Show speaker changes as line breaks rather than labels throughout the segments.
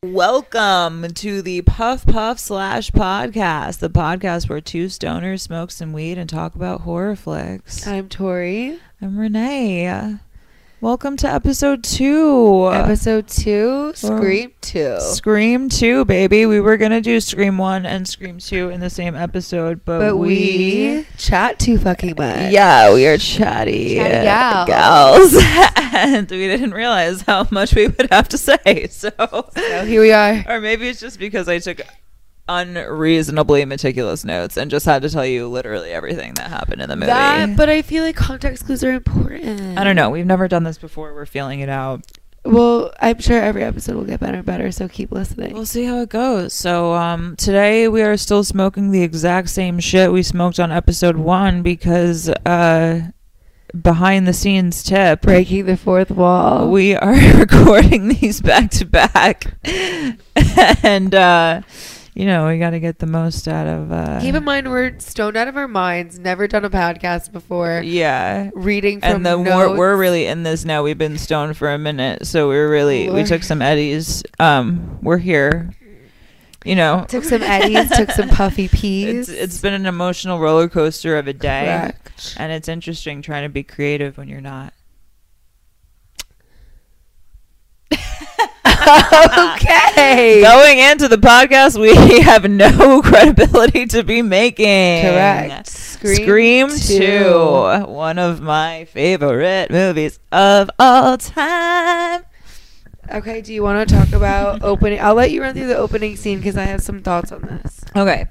Welcome to the Puff Puff slash podcast, the podcast where two stoners smoke some weed and talk about horror flicks.
I'm Tori.
I'm Renee. Welcome to episode two.
Episode two, Scream Two.
Scream 2, baby. We were going to do Scream 1 and Scream 2 in the same episode, but,
But we chat too fucking much.
Yeah, we are chatty,
Chatty
uh,
gal.
gals. and we didn't realize how much we would have to say. So,
So here we are.
or maybe it's just because I took unreasonably meticulous notes and just had to tell you literally everything that happened in the movie.
That, but I feel like context clues are important.
I don't know. We've never done this before. We're feeling it out.
Well, I'm sure every episode will get better and better, so keep listening.
We'll see how it goes. So um, today we are still smoking the exact same shit we smoked on episode one because uh, behind the scenes tip.
Breaking the fourth wall.
Uh, We are recording these back to back, and uh, you know we got to get the most out of. Uh,
keep in mind we're stoned out of our minds, never done a podcast before.
yeah,
Reading from
and the
notes.
we're, we're really in this now. We've been stoned for a minute, so we're really we
Lord.
took some eddies. Um, we're here, you know.
took some eddies, took some puffy peas.
It's, it's been an emotional roller coaster of a day,
Correct.
and it's interesting trying to be creative when you're not.
okay.
Going into the podcast, we have no credibility to be making.
Correct.
Scream, 2, one of my favorite movies of all time.
Okay, do you want to talk about opening? I'll let you run through the opening scene because I have some thoughts on this.
Okay.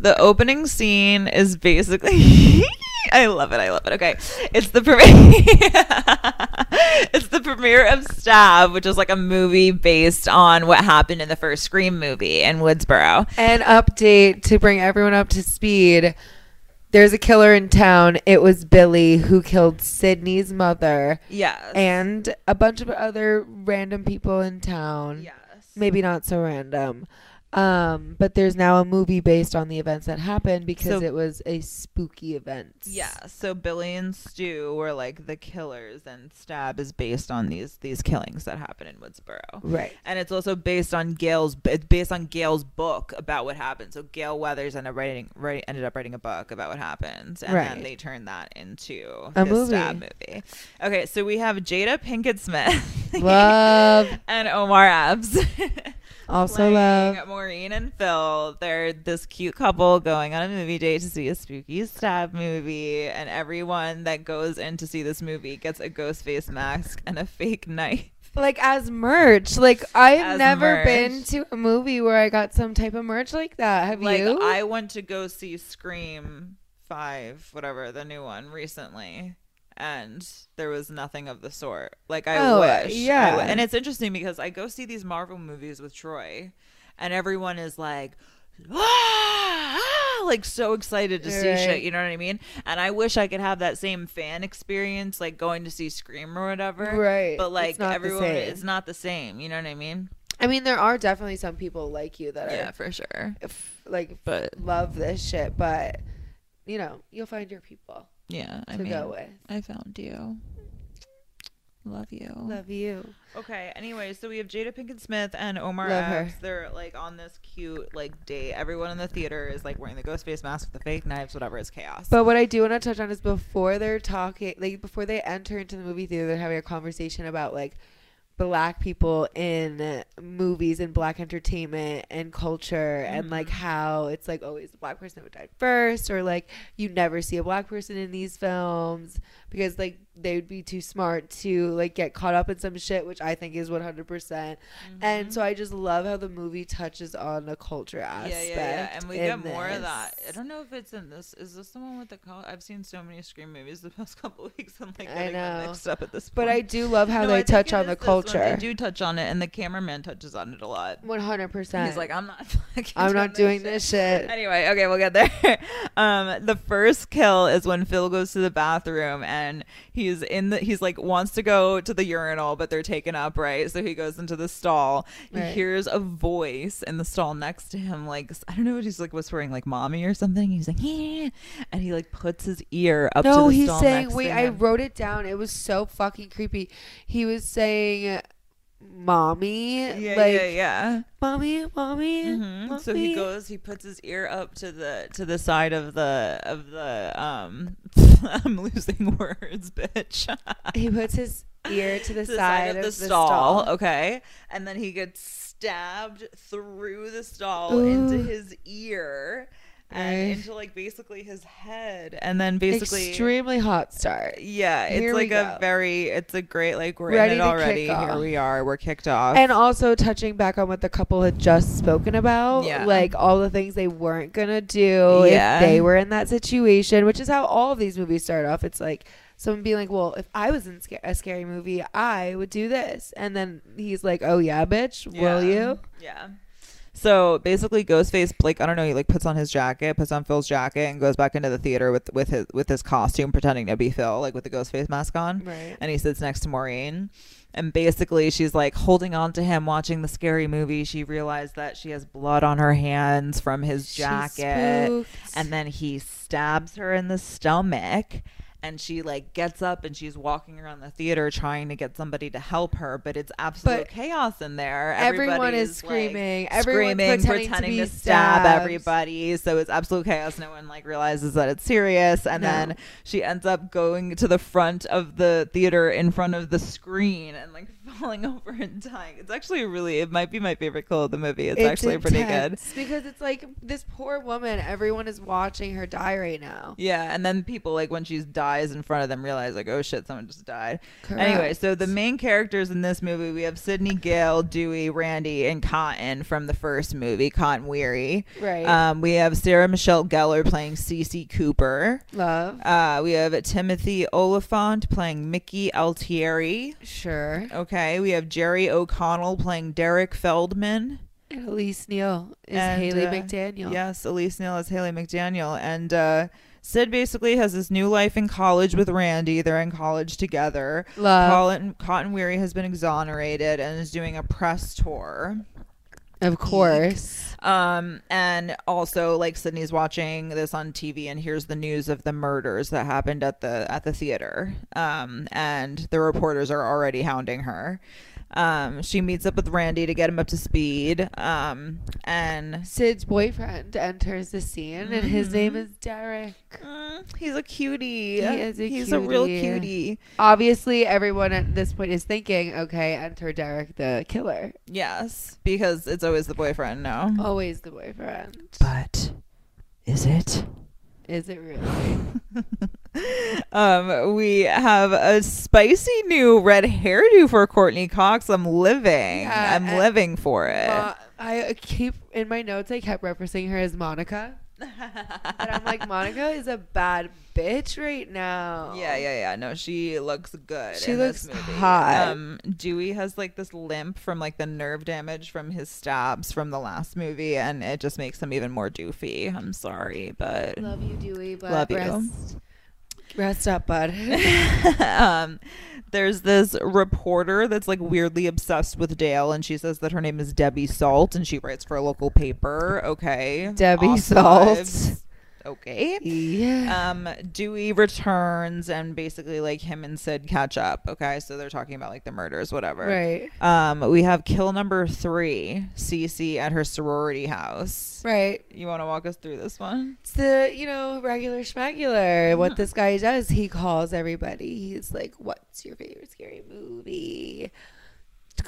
The opening scene is basically I love it. I love it. Okay. It's the premiere It's the premiere of Stab, which is like a movie based on what happened in the first Scream movie in Woodsboro.
An update to bring everyone up to speed. There's a killer in town. It was Billy who killed Sydney's mother
Yes.
and a bunch of other random people in town. Maybe not so random. Um, but there's now a movie based on the events that happened because
So-
it was a spooky event.
Yeah, so Billy and Stu were like the killers, and Stab is based on these these killings that happen in Woodsboro,
Right.
and it's also based on Gail's it's based on Gail's book about what happened. So Gail Weathers ended up writing write, ended up writing a book about what happened, and then
Right.
they turned that into
A
this
movie.
Stab movie. Okay, so we have Jada Pinkett Smith
Love.
and Omar Epps.
Also
playing
love.
Maureen and Phil. They're this cute couple going on a movie date to see a spooky stab movie, and everyone that goes in to see this movie gets a ghost face mask and a fake knife.
like as merch. Like I've
As
never
merch.
been to a movie where I got some type of merch like that. Have
like
you?
I went to go see Scream Five, whatever the new one recently, and there was nothing of the sort. Like I
Oh,
wish, I
yeah.
wi- and it's interesting because I go see these Marvel movies with Troy, and everyone is like. "Ah, ah," like so excited to see
Right.
shit you know what i mean and i wish i could have that same fan experience like going to see scream or whatever
Right.
but
It's
like
not the
everyone
same.
it's not the same you know what i mean
I mean, there are definitely some people like you that
yeah
are
for sure
f- like
but
love this shit, but you know, you'll find your people
yeah i
to
mean
go with.
I found you. Love you.
Love you.
Okay. Anyway, so we have Jada Pinkett Smith and Omar
Love her.
Epps. They're like on this cute like date. Everyone in the theater is like wearing the ghost face mask with the fake knives. Whatever. It's chaos.
But what I do want to touch on is before they're talking, like before they enter into the movie theater, they're having a conversation about like black people in movies and black entertainment and culture and like
Mm-hmm.
how it's like always the black person who died first or like you never see a black person in these films because like they would be too smart to like get caught up in some shit which i think is 100% percent
Mm-hmm.
and so i just love how the movie touches on a culture
yeah,
aspect
yeah, yeah. And we get
in
more of that.
this.
I don't know if it's in this. Is this the one with the color? I've seen so many scream movies the past couple weeks. I'm like
I
getting them
know.
mixed up at this point.
But I do love how
No, I
they
think
touch
it
on the
is this one. They
culture.
do touch on it, and the cameraman touches on it a lot.
One hundred percent.
He's like, I'm not. fucking
I'm not doing this shit.
Anyway, okay, we'll get there. Um, the first kill is when Phil goes to the bathroom and he's in the he's like wants to go to the urinal, but they're taken up, right? So he goes into the stall. He
Right.
hears a voice in the stall next to him, like I don't know what he's like whispering, like mommy or something. He's like, yeah, and he like puts his ear up. to
No,
the
he's
stall
saying.
next
Wait,
to
I
him.
wrote it down. It was so fucking creepy. He was saying, mommy.
Yeah,
like
yeah, yeah.
mommy, mommy,
Mhm. So he
mommy."
goes. He puts his ear up to the to the side of the of the. Um, I'm losing words, bitch.
He puts his ear to the,
the side, of the, stall, Oh,
stall.
Okay, and then he gets stabbed through the stall into
Ooh.
his ear and
Right.
into like basically his head, and then basically.
Extremely hot start.
yeah, it's
Here we
like a
go.
very, it's a great, like, we're
Ready
in it
to kick
already. Here
off.
we are. We're kicked off.
And also touching back on what the couple had just spoken about,
Yeah.
like all the things they weren't gonna do
Yeah.
if they were in that situation, which is how all of these movies start off. It's like someone being like, "Well, if I was in sca- a scary movie, I would do this," and then he's like, "Oh yeah, bitch, will
Yeah.
you?"
Yeah. So basically, Ghostface like I don't know he like puts on his jacket, puts on Phil's jacket, and goes back into the theater with with his with his costume, pretending to be Phil, like with the Ghostface mask on.
Right.
And he sits next to Maureen, and basically she's like holding on to him, watching the scary movie. She realized that she has blood on her hands from his
She's
jacket,
spooked.
and then he stabs her in the stomach and she like gets up and she's walking around the theater trying to get somebody to help her but it's absolute
But
chaos in there
everyone
Everybody's,
is screaming.
like,
Everyone's
screaming
pretending to
pretending
be
to stab
stabbed.
everybody so it's absolute chaos no one like realizes that it's serious and
No.
then she ends up going to the front of the theater in front of the screen and like falling over and dying it's actually really it might be my favorite kill of the movie it's, actually pretty good
intense because it's like this poor woman. Everyone is watching her die right now.
Yeah, and then people like when she dies in front of them realize like, oh shit, someone just died.
Correct.
Anyway, so the main characters in this movie we have Sydney Gale, Dewey, Randy, and Cotton from the first movie, Cotton Weary.
Right.
Um, we have Sarah Michelle Gellar playing Cece Cooper.
Love,
Uh, we have Timothy Oliphant playing Mickey Altieri.
sure.
Okay, we have Jerry O'Connell playing Derek Feldman.
And Elise Neal is
And,
Haley
uh,
McDaniel.
Yes, Elise Neal is Haley McDaniel. And uh, Sid basically has this new life in college with Randy. They're in college together.
Love.
Colin, Cotton Weary has been exonerated and is doing a press tour.
Of course.
Um, and also like Sydney's watching this on TV and hears the news of the murders that happened at the at the theater. Um, and the reporters are already hounding her. Um, she meets up with Randy to get him up to speed. Um, and
Sid's boyfriend enters the scene, and his name
Mm-hmm.
is Derek. Uh-huh.
Mm, he's a cutie.
He is a
He's a real
cutie.
cutie.
Obviously, everyone at this point is thinking, okay, enter Derek the killer.
Yes, because it's always the boyfriend now.
Always the boyfriend.
But is it?
Is it really?
Um, we have a spicy new red hairdo for Courtney Cox. I'm living.
Yeah,
I'm
and-
living for it.
Mo- I keep, in my notes, I kept referencing her as Monica. And I'm like, Monica is a bad bitch right now.
Yeah, yeah, yeah. No, she looks good.
She
in this
looks
movie.
hot.
Um, Dewey has like this limp from like the nerve damage from his stabs from the last movie, and it just makes him even more doofy. I'm sorry, but
Love you, Dewey, but
Love you.
rest, rest up, bud.
um, there's this reporter that's like weirdly obsessed with Dale, and she says that her name is Debbie Salt, and she writes for a local paper. Okay,
Debbie
Awesome
Salt.
vibes. Okay.
yeah.
um dewey returns and basically like him and sid catch up okay so they're talking about like the murders whatever
Right.
um we have kill number three cc at her sorority house
Right.
you want to walk us through this one
It's the, you know, regular schmegular. What this guy does, he calls everybody. He's like, What's your favorite scary movie?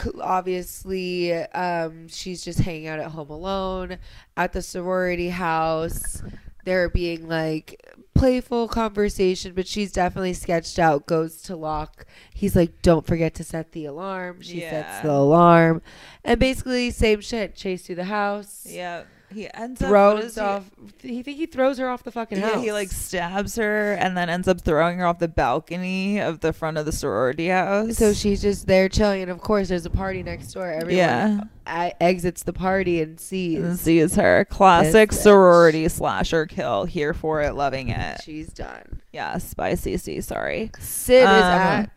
C- Obviously, um, she's just hanging out at home alone at the sorority house. They're being like playful conversation, but she's definitely sketched out, goes to lock. He's like, Don't forget to set the alarm. She
Yeah.
sets the alarm. And basically, same shit. Chase through the house
yeah he ends
throws off. He think he throws her off the fucking
Yeah,
house.
he like stabs her and then ends up throwing her off the balcony of the front of the sorority house.
So she's just there chilling, and of course, there's a party next door. Everyone
Yeah.
I, exits the party and sees
and sees her classic
This bitch.
sorority slasher kill. Here for it, loving it.
she's done.
Yes, by CC. Sorry.
Sid
Um,
is at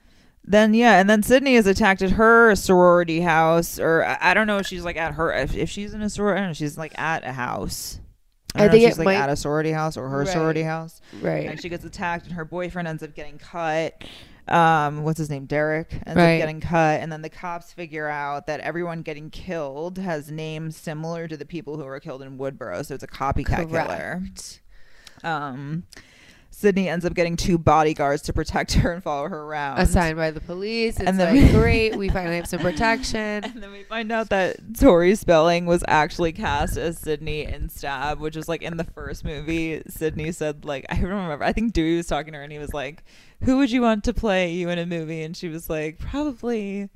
Then yeah, and then Sydney is attacked at her sorority house, or I, I don't know if she's like at her if, if she's in a sorority, I don't know, she's like at a house. I, don't
I
know if
think
she's
it
like
might-
at a sorority house or her
Right.
sorority house,
right.
and she gets attacked, and her boyfriend ends up getting cut. um, what's his name, Derek, ends
Right.
up getting cut, and then the cops figure out that everyone getting killed has names similar to the people who were killed in Woodboro, so it's a copycat killer.
Correct.
Um, Sydney ends up getting two bodyguards to protect her and follow her around.
Assigned by the police. It's
And then-
like, great. We finally have some protection.
And then we find out that Tori Spelling was actually cast as Sydney in Stab, which is like in the first movie. Sydney said, like, I remember, I think Dewey was talking to her and he was like, Who would you want to play you in a movie? And she was like, Probably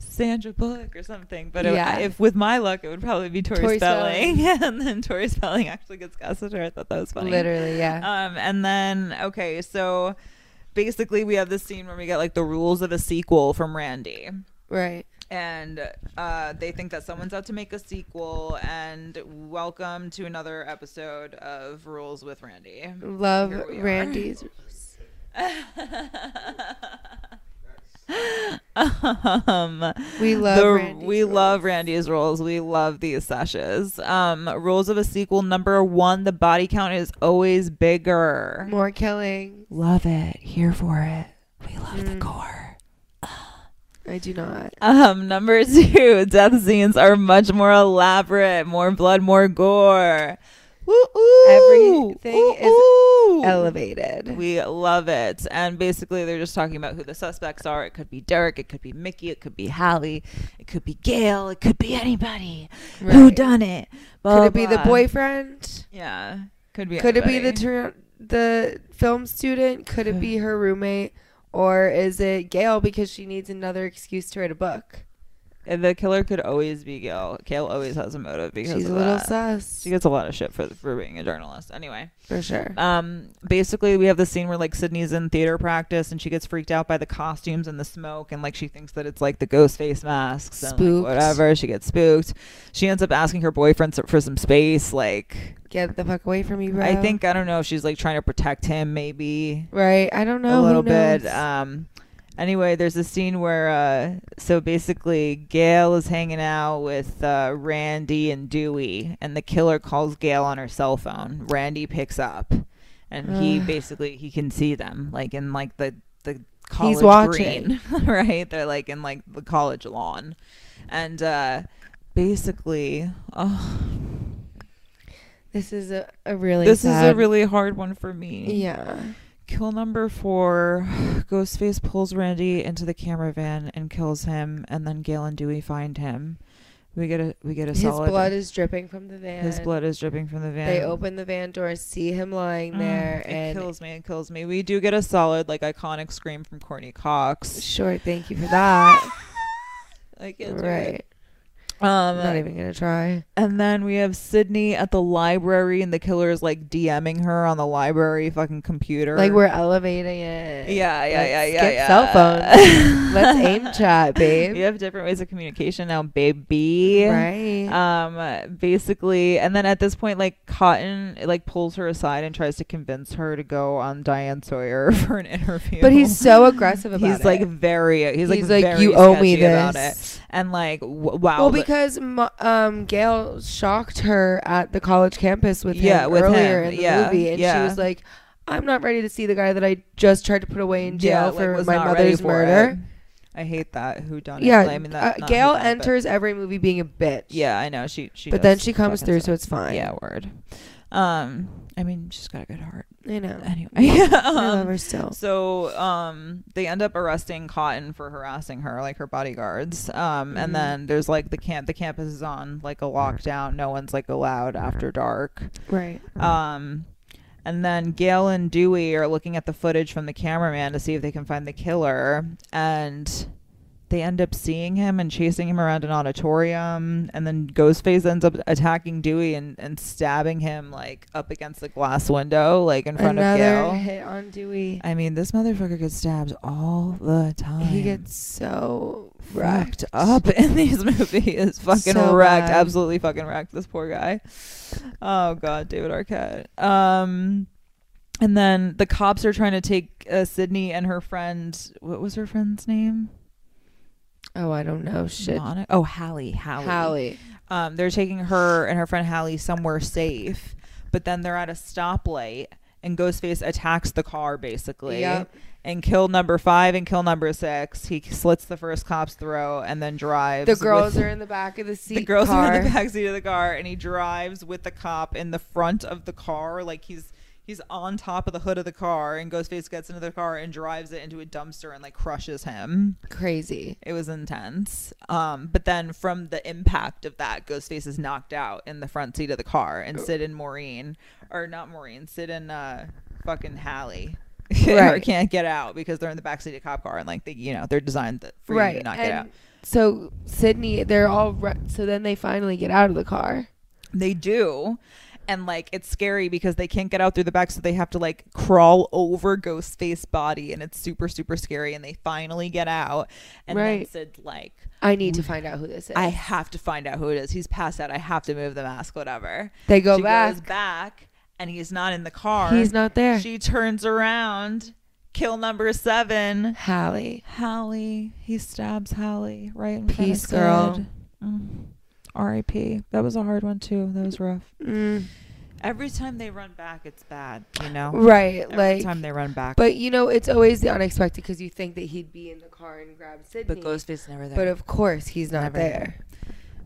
Sandra Bullock or something. But it-
Yeah.
if with my luck, it would probably be Tori,
Tori
Spelling. and then Tori Spelling actually gets cast as her. I thought that was funny.
Literally, yeah.
Um, and then okay, so basically we have this scene where we get like the rules of a sequel from Randy,
right.
and uh, they think that someone's out to make a sequel. And welcome to another episode of Rules with Randy.
Love
Here we are.
Randy's.
um,
We love
the-
Randy's
we
rules.
love Randy's rules. We love these sashes. Um, rules of a sequel number one: the body count is always bigger.
More killing.
Love it. Here for it. We love
Mm.
gore.
I do not.
Um, number two, death scenes are much more elaborate, more blood, more gore. Woo ooh.
Everything is
ooh.
Elevated.
We love it. And basically, they're just talking about who the suspects are. It could be Derek, it could be Mickey, it could be Hallie, it could be Gail, it could be anybody. Who
Right.
done it? Blah,
Could it
blah,
be the
blah.
boyfriend?
Yeah. Could be.
Could it be the
anybody.
ter- the film student? Could it be her roommate? Or is it Gail because she needs another excuse to write a book?
And the killer could always be Gail. Gail always has a motive because
She's a
of
little
that.
sus
She gets a lot of shit for for being a journalist. Anyway,
for sure.
um, basically we have the scene where like Sydney's in theater practice and she gets freaked out by the costumes and the smoke and like she thinks that it's like the ghost face masks and like,
Spooked.
whatever. She gets spooked. She ends up asking her boyfriend so- for some space. Like
Get the fuck away from me, bro.
I think I don't know if she's like trying to protect him maybe
Right. I don't know.
a
Who
little bit.
knows?
Um, anyway, there's a scene where uh, so basically Gail is hanging out with uh, Randy and Dewey, and the killer calls Gail on her cell phone. Randy picks up, and he
Ugh.
basically he can see them like in like the the college
watching.
green, right? They're like in like the college lawn, and uh, basically, oh,
this is a, a really
this is a
sad-
really hard one for me.
yeah.
Kill number four. Ghostface pulls Randy into the camera van and kills him, and then Gail and Dewey find him. We get a we get a
His
solid.
blood is dripping from the van.
his blood is dripping from the van.
They open the van door, see him lying
Mm,
there,
it
and
kills me. It kills me. We do get a solid, like iconic scream from Courtney Cox.
sure. Thank you for that.
Like it's right.
right.
Um,
I'm not even gonna try.
and then we have Sydney at the library, and the killer is like DMing her on the library fucking computer.
Like we're elevating it.
yeah, yeah, yeah,
Let's
yeah,
get
yeah.
cell phones. Let's aim chat, babe.
We have different ways of communication now, baby.
Right.
Um, basically, and then at this point, like Cotton, like pulls her aside and tries to convince her to go on Diane Sawyer for an interview.
but he's so aggressive about
Um, he's
it.
like very he's, like,
He's like,
very
"You owe me
sketchy about
this."
it, and like w- wow,
well,
the-
because Mo- um, Gail shocked her at the college campus with
Yeah,
him
with
earlier
him.
in the
Yeah,
movie, and
yeah.
she was like, "I'm not ready to see the guy that I just tried to put away in
yeah,
jail
like,
for
was
my
not ready
mother's
for it.
murder."
I hate that. Who done
Yeah,
I mean, that,
uh,
not whodunit,
Gail
but-
enters every movie being a bitch.
Yeah, I know she she.
but
does
then she comes
fucking
through,
suck.
so it's fine.
Yeah, word. Um, I mean, she's got a good heart.
I know.
Anyway,
I love
um,
her still.
So um, they end up arresting Cotton for harassing her, like her bodyguards. Um,
Mhm.
And then there's like the camp. The campus is on like a lockdown. No one's like allowed after dark.
Right.
Um, and then Gail and Dewey are looking at the footage from the cameraman to see if they can find the killer. And they end up seeing him and chasing him around an auditorium. And then Ghostface ends up attacking Dewey and, and stabbing him like up against the glass window, like in front
Another
of Gail.
hit on Dewey.
I mean, this motherfucker gets stabbed all the time.
He gets so
wrecked
wrecked
up in these movies. Fucking
So
wrecked.
bad.
Absolutely fucking wrecked. This poor guy. Oh god, David Arquette. Um, and then the cops are trying to take uh, Sydney and her friend. What was her friend's name?
Oh, I don't know. Shit.
Moni- oh, Hallie. Hallie.
Hallie.
Um, they're taking her and her friend Hallie somewhere safe, but then they're at a stoplight and Ghostface attacks the car basically
Yep.
and kill number five and kill number six. He slits the first cop's throat and then drives.
The girls
with-
are in the back of the seat.
the girls
car.
are in the backseat of the car and he drives with the cop in the front of the car like he's he's on top of the hood of the car and Ghostface gets into the car and drives it into a dumpster and like crushes him.
Crazy.
It was intense. Um, but then from the impact of that, Ghostface is knocked out in the front seat of the car, and
Oh.
Sid and Maureen, or not Maureen, Sid and uh, fucking Hallie. or
Right.
can't get out because they're in the backseat of a cop car and like they, you know they're designed that for you to not get out.
and So Sydney, they're all ru- so then they finally get out of the car.
They do, and like it's scary because they can't get out through the back, so they have to like crawl over Ghostface's body, and it's super super scary. And they finally get out, and then
Right.
Sid like
I need to find out who this is.
Mm. I have to find out who it is. He's passed out. I have to move the mask, whatever.
they go
she
back.
goes back, and he's not in the car.
He's not there.
She turns around. Kill number seven.
Hallie.
Hallie. He stabs Hallie right in front
Peace,
of
girl.
Sid. Mm. R.I.P. That was a hard one too. That was rough.
Mm.
Every time they run back, it's bad. You know.
Right.
Every
like.
time they run back,
But you know, it's always the unexpected because you think that he'd be in the car and grab Sydney.
but Ghostface never there.
But of course, he's not
Never.
there.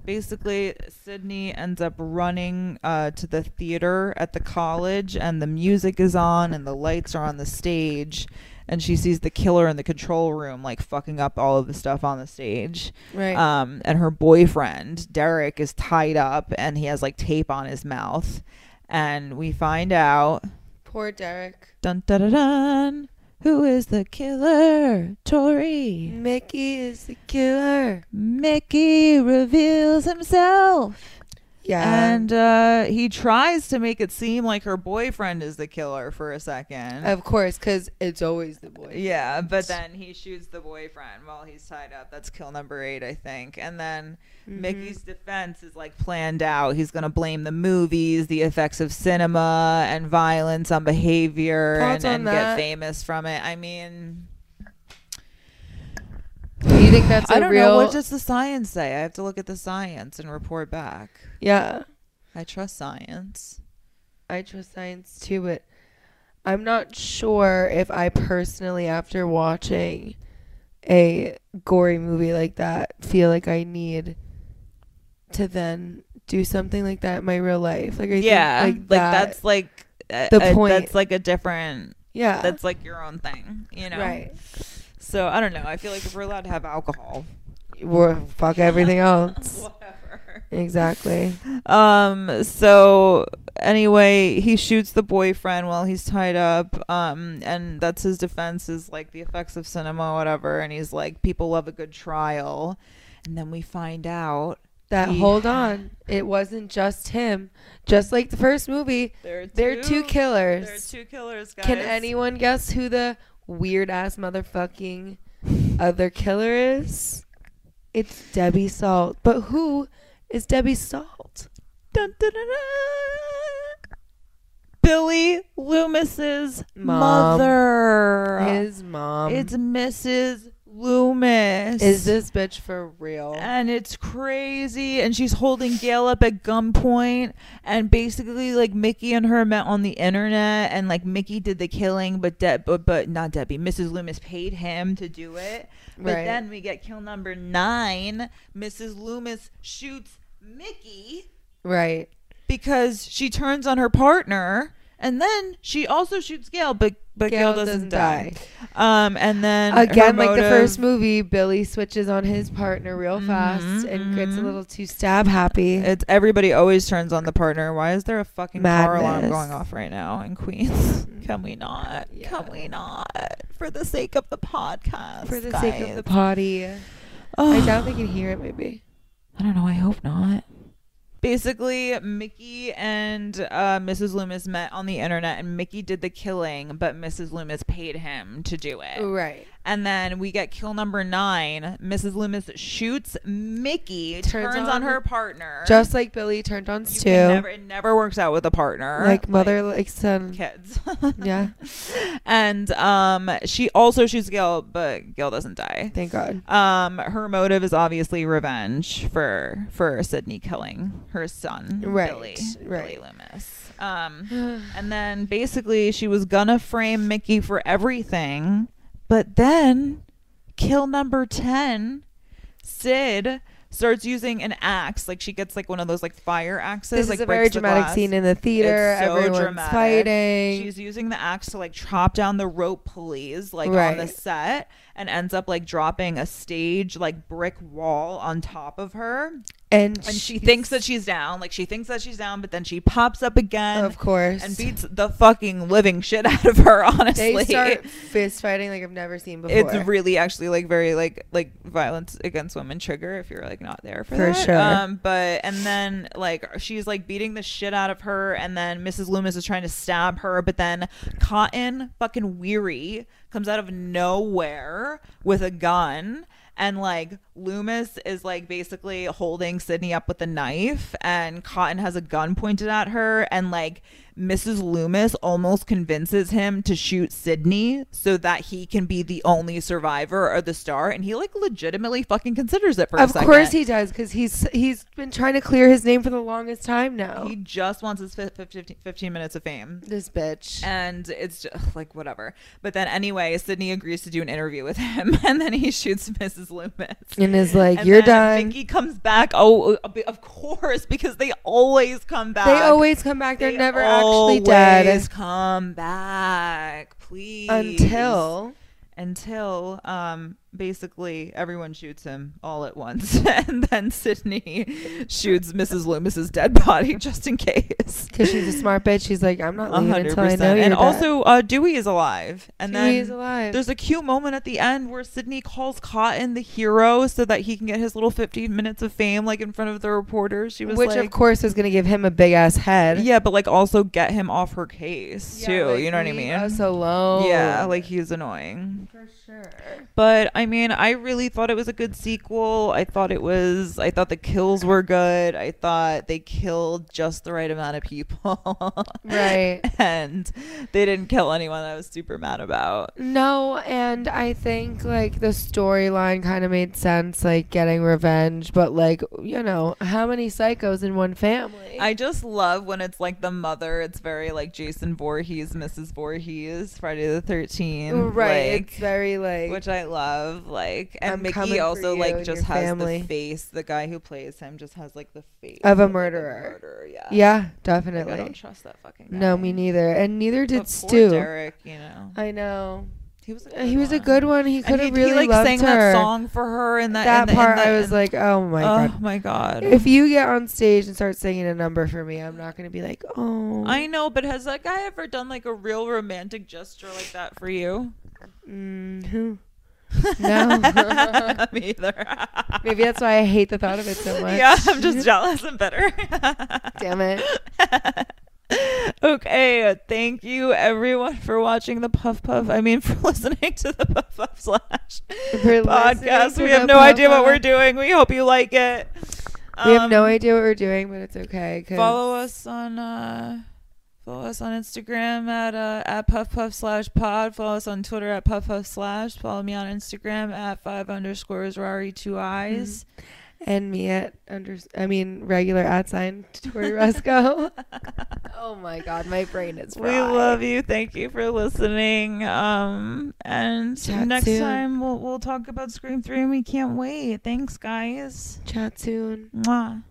basically sydney ends up running uh, to the theater at the college and the music is on and the lights are on the stage and she sees the killer in the control room like fucking up all of the stuff on the stage
Right.
um, and her boyfriend derek is tied up and he has like tape on his mouth and we find out
Poor Derek.
dun dun dun, dun who is the killer
Mm.
tori
Mickey is the killer.
mickey reveals himself
Yeah.
and uh, he tries to make it seem like her boyfriend is the killer for a second.
of course, because it's always the boy.
yeah, but then he shoots the boyfriend while he's tied up. That's kill number eight, I think. And then
Mm-hmm.
Mickey's defense is like planned out. He's going to blame the movies, the effects of cinema, and violence on behavior,
Thoughts
and,
on
and
that?
get famous from it. I mean,
Do you think that's a
I don't
real?
know. What does the science say? I have to look at the science and report back.
yeah.
I trust science.
I trust science too, but I'm not sure if I personally, after watching a gory movie like that, feel like I need to then do something like that in my real life. Like, I think
yeah like,
like, that,
that's like a-
the
a-
point.
that's like a different
yeah,
that's like your own thing you know
right.
so i don't know i feel like if we're allowed to have alcohol
We're fuck everything else.
whatever
exactly.
um so anyway he shoots the boyfriend while he's tied up um and that's his defense is like the effects of cinema whatever and he's like people love a good trial and then we find out
That
He
hold
had-
on, it wasn't just him. Just like the first movie,
there are two,
there are two killers.
there are two killers guys
Can anyone guess who the weird ass motherfucking other killer is? It's Debbie Salt. But who is Debbie Salt?
Dun, dun, dun, dun. Billy Loomis's
Mom.
mother.
His mom.
it's Mrs. Loomis.
is this bitch for real?
And it's crazy. And she's holding Gail up at gunpoint. And basically, like Mickey and her met on the internet. And like Mickey did the killing, but De- but, but not Debbie. Mrs. Loomis paid him to do it. But
Right.
then we get kill number nine. Mrs. Loomis shoots Mickey
Right.
because she turns on her partner and then she also shoots Gail, but but Gail, doesn't, die. Um, and then her
Again, like the
motive-
first movie, Billy switches on his partner real fast
Mhm,
and gets a
mhm.
little too stab happy.
It's everybody always turns on the partner. Why is there a fucking car alarm
Madness. Mm-hmm.
going off right now in Queens? Can we not?
Yeah.
Can we not? For the sake of the podcast.
for the
guys.
sake of the potty. I
Ugh.
doubt they can hear it, maybe.
I don't know. I hope not. Basically, Mickey and uh, Mrs. Loomis met on the internet, and Mickey did the killing, but Mrs. Loomis paid him to do it.
Right.
And then we get kill number nine. Mrs. Loomis shoots Mickey, turns,
Turns
on,
on-
her partner.
Just like Billy turned on
You
Stu.
can never, it never works out with a partner.
like mother like son.
kids.
Yeah.
and um, she also shoots Gail, but Gail doesn't die.
Thank God.
Um, her motive is obviously revenge for for Sydney killing her son,
Right,
Billy, Billy
right.
Loomis. Um, and then basically she was gonna frame Mickey for everything, but then kill number ten, Sid starts using an axe. Like she gets like one of those like fire axes.
This is
like
a very
breaks the
dramatic
glass.
scene in the theater.
It's so
Everyone's
dramatic.
fighting.
She's using the axe to like chop down the rope pulleys like on the
Right.
set and ends up like dropping a stage like brick wall on top of her.
and,
And she
she's-
thinks that she's down. Like she thinks that she's down, but then she pops up again.
of course
And beats the fucking living shit out of her, honestly.
they start fist fighting like I've never seen before.
it's really actually like very like like violence against women trigger if you're like not there for,
For
that.
sure.
Um, but and then like she's like beating the shit out of her, and then Mrs. Loomis is trying to stab her, but then Cotton fucking weary comes out of nowhere with a gun. And like Loomis is like basically holding Sydney up with a knife, and Cotton has a gun pointed at her, and like Mrs. Loomis almost convinces him to shoot Sydney so that he can be the only survivor or the star, and he like legitimately fucking considers it for a
of
second.
course he does because he's he's been trying to clear his name for the longest time now.
He just wants his fif- fif- 15, 15 minutes of fame.
this bitch.
And it's just ugh, like whatever. But then anyway, Sydney agrees to do an interview with him, and then he shoots Mrs. Loomis.
And is like,
And
you're
then
done.
Mickey comes back. Oh, uh, of course, because they always come back.
they always come back. They're
They
never actually dead
always come back, please.
until
until um basically everyone shoots him all at once, and then Sydney shoots Mrs. Loomis's dead body just in case.
because she's a smart bitch. She's like, I'm not
A
leaving
hundred
until I know
percent.
you're
And
dead."
also, uh, Dewey is alive, and then
Dewey's alive.
there's a cute moment at the end where Sydney calls Cotton the hero so that he can get his little 15 minutes of fame, like in front of the reporters. She was
which
like,
of course is gonna give him a big ass head.
yeah, but like also get him off her case
Yeah,
too.
like,
you know what I
leave
mean?
Us alone.
Yeah, like he's annoying.
for sure.
But I mean, I really thought it was a good sequel. I thought it was. I thought the kills were good. I thought they killed just the right amount of people.
Right.
and they didn't kill anyone I was super mad about.
No, and I think like the storyline kind of made sense, like getting revenge, but like you know, how many psychos in one family?
I just love when it's like the mother. It's very like Jason Voorhees, Mrs. Voorhees, Friday the 13th.
right,
like-
it's very like
which I love. Like, and
I'm coming
Mickey
for
also
you
like
and
just
your
has
family.
the face. The guy who plays him just has like the face
Of a
like,
murderer.
murderer, yeah.
yeah,
Like, I don't
definitely.
trust that fucking. Guy.
No, me neither, and neither
But
did
poor
Stu.
Derek, you know,
I know
he was a good
Uh, he was
one.
a good one. He
And
could
he-
have
he,
really
like
loved
sang
her.
that song for her, and that,
That
and the- and
part,
the-
I was
and-
like, oh my
oh
god.
my god.
If you get on stage and start singing a number for me, I'm not gonna be like, oh,
I know, but has that guy ever done like a real romantic gesture like that for you?
mm, who? No.
me either.
Maybe that's why I hate the thought of it so much.
Yeah, I'm just jealous and bitter.
Damn it.
okay, thank you everyone for watching the Puff Puff. I mean, for listening to the Puff Puff slash
We're listening
podcast.
to
We have
the
no
Puff
idea what
Puff.
we're doing. We hope you like it.
We have no
Um,
idea what we're doing, but it's okay. 'cause-
Follow us on. Uh, Follow us on Instagram at uh, at puff puff slash pod. Follow us on Twitter at puff puff slash. Follow me on Instagram at five underscores rari two eyes.
Mm-hmm. and me at under. I mean, regular at sign Tori Roscoe. oh my God, my brain is.
We
fried.
love you. Thank you for listening. Um, and
Chat
next
soon.
time we'll we'll talk about Scream Three, and we can't wait. Thanks, guys.
Chat soon.
Mwah.